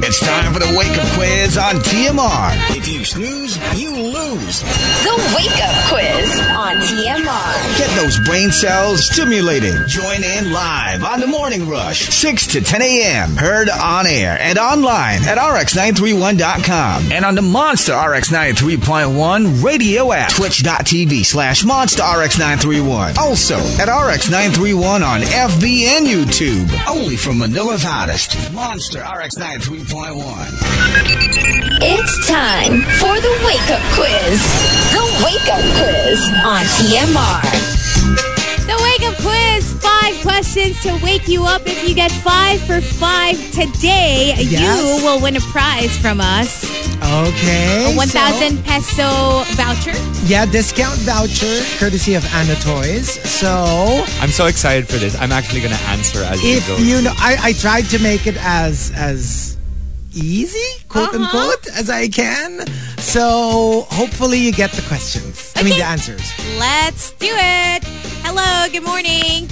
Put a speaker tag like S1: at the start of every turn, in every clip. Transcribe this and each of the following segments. S1: It's time for the wake up quiz on TMR. If you snooze, you lose.
S2: The Wake Up Quiz on TMR.
S1: Get those brain cells stimulated. Join in live on the morning rush, 6 to 10 a.m. Heard on air and online at rx931.com and on the Monster RX93.1 radio app, twitch.tv slash monster rx931. Also at rx931 on FB and YouTube. Only from Manila's hottest, Monster RX93.1.
S2: It's time for the Wake Up Quiz. The Wake Up Quiz on TMR.
S3: The Wake Up Quiz. Five questions to wake you up. If you get five for five today,
S4: Yes.
S3: you will win a prize from us.
S4: Okay.
S3: A 1,000
S4: so-
S3: peso voucher.
S4: yeah, discount voucher courtesy of Anna Toys. So
S5: I'm so excited for this. I'm actually going to answer as
S4: if
S5: we go.
S4: you know, I, I tried to make it as as easy, quote
S3: Uh-huh.
S4: unquote, as I can. So hopefully you get the questions. I mean
S3: Okay.
S4: the answers.
S3: Let's do it. Hello, good morning.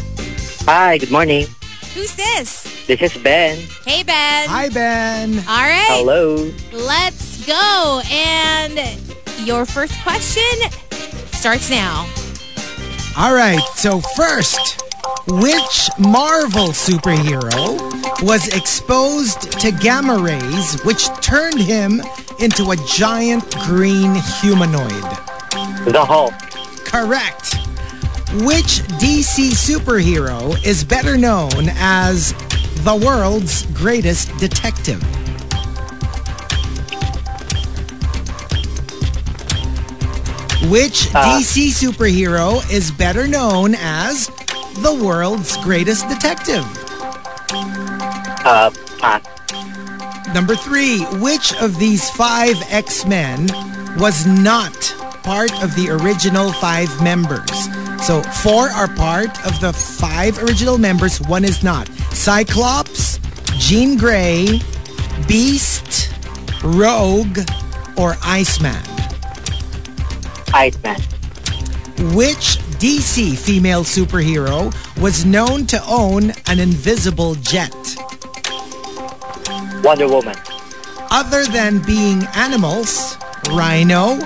S6: Hi, good morning.
S3: Who's this?
S6: This is Ben.
S3: Hey, Ben.
S4: Hi Ben.
S3: All right.
S6: Hello.
S3: Let's go. And your first question starts now.
S4: All right. So first, which Marvel superhero was exposed to gamma rays, which turned him into a giant green humanoid?
S6: The Hulk.
S4: Correct. Which DC superhero is better known as the world's greatest detective? Which DC superhero is better known as the world's greatest detective?
S6: Uh, Pat.
S4: Number three, which of these five X Men was not part of the original five members? So four are part of the five original members, one is not. Cyclops, Jean Grey, Beast, Rogue, or Iceman?
S6: Iceman.
S4: Which DC female superhero was known to own an invisible jet?
S6: Wonder Woman.
S4: other than being animals, rhino,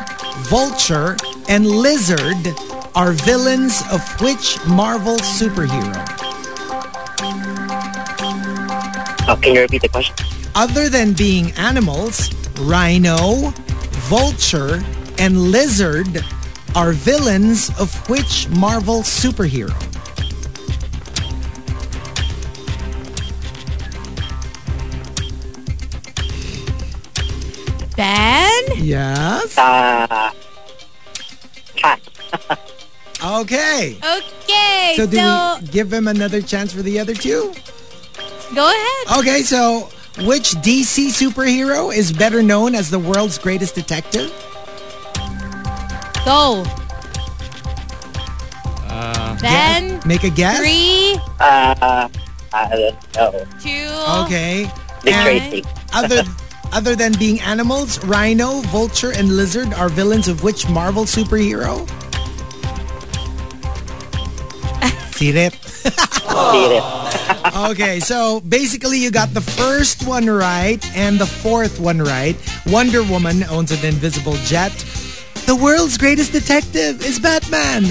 S4: vulture, and lizard are villains of which Marvel superhero?
S6: Uh, can you repeat the question?
S4: Other than being animals, rhino, vulture, and lizard are villains of which Marvel superhero?
S3: Ben?
S4: Yes.
S6: Uh, Pat.
S4: Okay.
S3: Okay.
S4: So
S3: So,
S4: do we give him another chance for the other two?
S3: go ahead.
S4: Okay, so which DC superhero is better known as the world's greatest detective?
S3: Go.
S4: Uh,
S3: ben?
S4: Make a guess.
S3: Three,
S6: Uh, I don't know.
S3: two.
S4: Okay.
S6: Dick
S4: And
S6: Tracy.
S4: Other other than being animals, rhino, vulture, and lizard are villains of which Marvel superhero? See it?
S6: See it.
S4: Okay, so basically you got the first one right and the fourth one right. Wonder Woman owns an invisible jet. The world's greatest detective is Batman.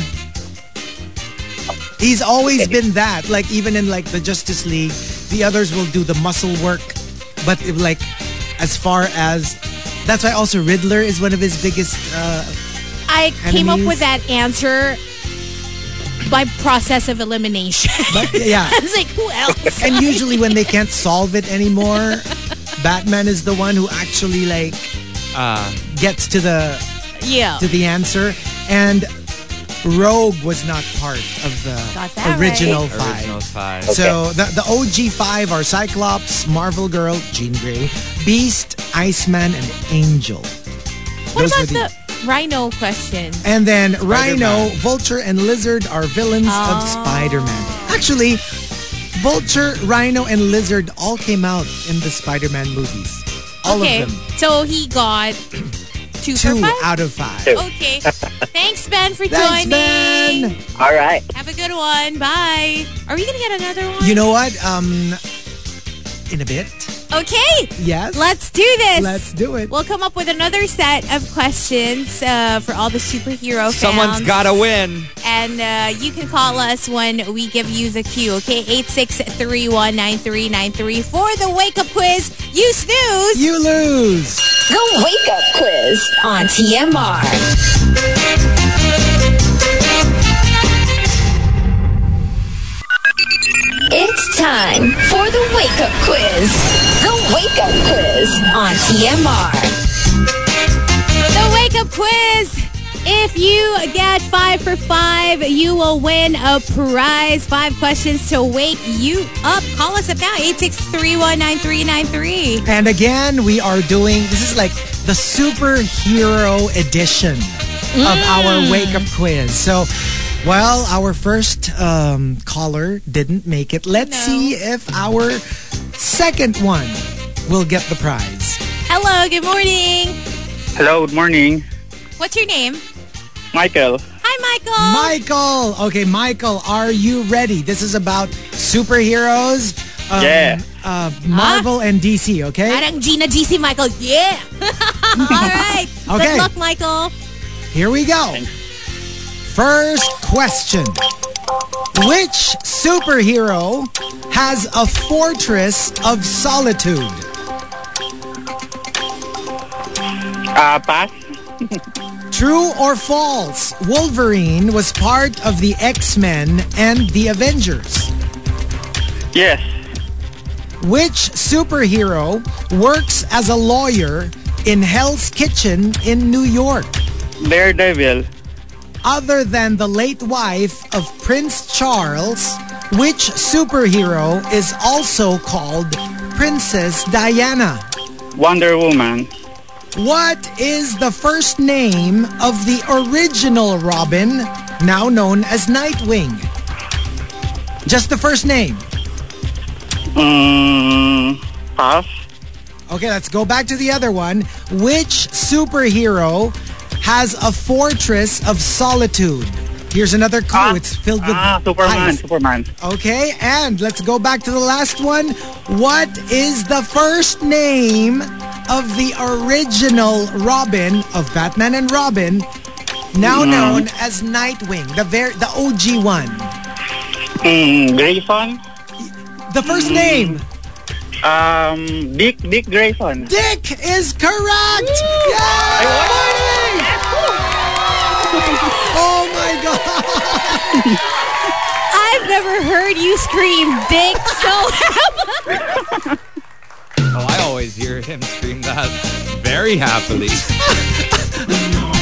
S4: He's always been that. Like even in like the Justice League, the others will do the muscle work, but if, like as far as that's why also Riddler is one of his biggest. Uh,
S3: I came up
S4: Enemies.
S3: with that answer by process of elimination.
S4: but yeah,
S3: I was like, who else?
S4: and usually when they can't solve it anymore, Batman is the one who actually like
S5: Uh,
S4: gets to the
S3: yeah.
S4: to the answer. And Rogue was not part of the
S3: Got that
S4: original
S3: right.
S4: five.
S5: original five.
S4: So the, the OG five are Cyclops, Marvel Girl, Jean Grey, Beast, Iceman, and Angel.
S3: What
S4: Those were
S3: about the rhino question?
S4: And then Rhino, Vulture, and Lizard are villains of Spider Man. Actually, Vulture, Rhino, and Lizard all came out in the Spider Man movies. All
S3: okay.
S4: of them.
S3: So he got two, for
S4: Two
S3: five.
S4: out of five.
S3: Okay. Thanks, Ben, for
S4: Thanks,
S3: joining.
S4: Ben!
S6: All right.
S3: Have a good one. Bye. Are we gonna get another one?
S4: You know what? Um, in a bit,
S3: Okay.
S4: Yes.
S3: Let's do this.
S4: Let's do it.
S3: We'll come up with another set of questions uh, for all the superhero fans.
S4: um,
S5: Someone's got to win.
S3: And uh, you can call us when we give you the cue, okay? 863-19393 for the wake-up quiz. You snooze.
S4: you lose.
S2: The Wake Up Quiz on TMR. It's time for the Wake Up Quiz. The Wake Up Quiz on TMR.
S3: The wake-up quiz. If you get five for five, you will win a prize. Five questions to wake you up. Call us up now, 863-19393.
S4: And again, we are doing this is like the superhero edition of our wake up quiz. So, well, our first um, caller didn't make it. Let's
S3: No.
S4: see if our second one will get the prize.
S3: Hello, good morning.
S6: Hello, good morning.
S3: What's your name?
S6: Michael.
S3: Hi, Michael.
S4: Michael. Okay, Michael, are you ready? This is about superheroes. Um,
S6: Yeah.
S4: Uh, Marvel and DC, okay?
S3: Parang Gina GC Michael. Yeah. All right.
S4: Okay.
S3: Good luck, Michael.
S4: Here we go. First question Which superhero has a fortress of solitude?
S6: Uh, pass.
S4: True or false? Wolverine was part of the X Men and the Avengers.
S6: Yes.
S4: Which superhero works as a lawyer in Hell's Kitchen in New York?
S6: Daredevil.
S4: Other than the late wife of Prince Charles, which superhero is also called Princess Diana?
S6: Wonder Woman.
S4: What is the first name of the original Robin, now known as Nightwing? Just the first name.
S6: Mm, pass.
S4: Okay, let's go back to the other one. Which superhero has a fortress of solitude? Here's another clue.
S6: Ah.
S4: it's filled with
S6: Ah, Superman.
S4: ice.
S6: Superman.
S4: Okay, and let's go back to the last one. What is the first name of the original Robin of Batman and Robin, now known as Nightwing, the ver- the OG one?
S6: Mm, Grayson.
S4: The
S5: Mm.
S4: first name,
S6: Um, Dick. Dick Grayson.
S4: Dick, is correct. Yeah! Oh my god!
S3: I've never heard you scream dick so
S5: Oh, I always hear him scream that very happily.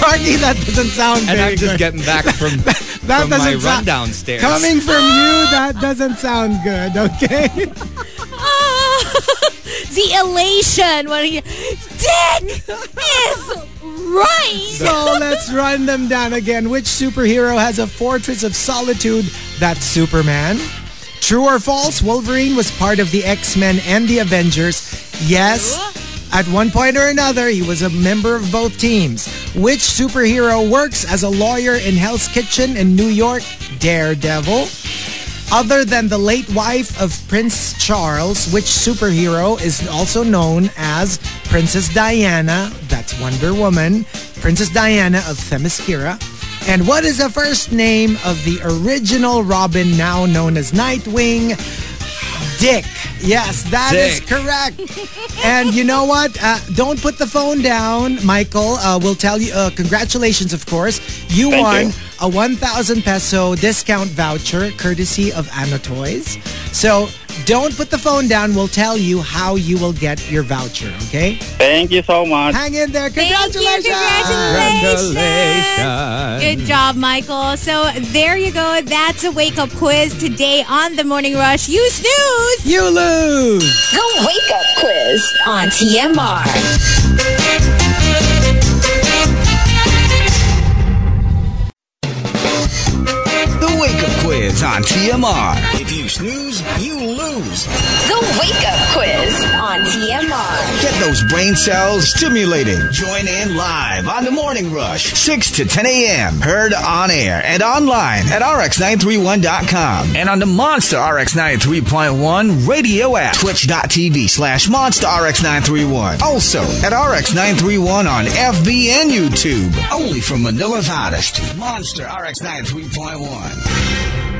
S4: Marky, that doesn't sound
S5: And
S4: very
S5: I'm just
S4: good.
S5: getting back from,
S4: that
S5: from my
S4: doesn't sound-
S5: run downstairs.
S4: Coming from you, that doesn't sound good. Okay.
S3: Oh, the elation when he dick is right.
S4: So let's run them down again. Which superhero has a fortress of solitude? That's Superman. True or false, Wolverine was part of the X Men and the Avengers. Yes. At one point or another, he was a member of both teams. Which superhero works as a lawyer in Hell's Kitchen in New York? Daredevil. Other than the late wife of Prince Charles, which superhero is also known as Princess Diana, that's Wonder Woman, Princess Diana of Themyscira. And what is the first name of the original Robin, now known as Nightwing? Dick. Yes, that is
S5: Dick.
S4: correct. and you know what? Uh, don't put the phone down, Michael. Uh, we'll tell you. Uh, congratulations, of course. You
S6: Thank
S4: won
S6: you.
S4: a 1,000 peso discount voucher courtesy of Anna Toys. So don't put the phone down. We'll tell you how you will get your voucher, okay?
S6: Thank you so much.
S4: Hang in there.
S3: Thank you.
S4: Congratulations.
S3: Congratulations. Good job, Michael. So there you go. That's a wake up quiz today on the Morning Rush. You snooze.
S4: You lose.
S2: The Wake Up Quiz on TMR.
S1: The Wake Up Quiz on TMR. If you snooze, you lose.
S2: The Wake Up Quiz on TMR.
S1: Get those brain cells stimulated. Join in live on the Morning Rush, 6 to 10 a.m. Heard on air and online at rx931.com and on the Monster RX93.1 radio app, twitch.tv slash Monster RX931. Also at RX931 on FB and YouTube. Only from Manila's hottest, Monster RX93.1.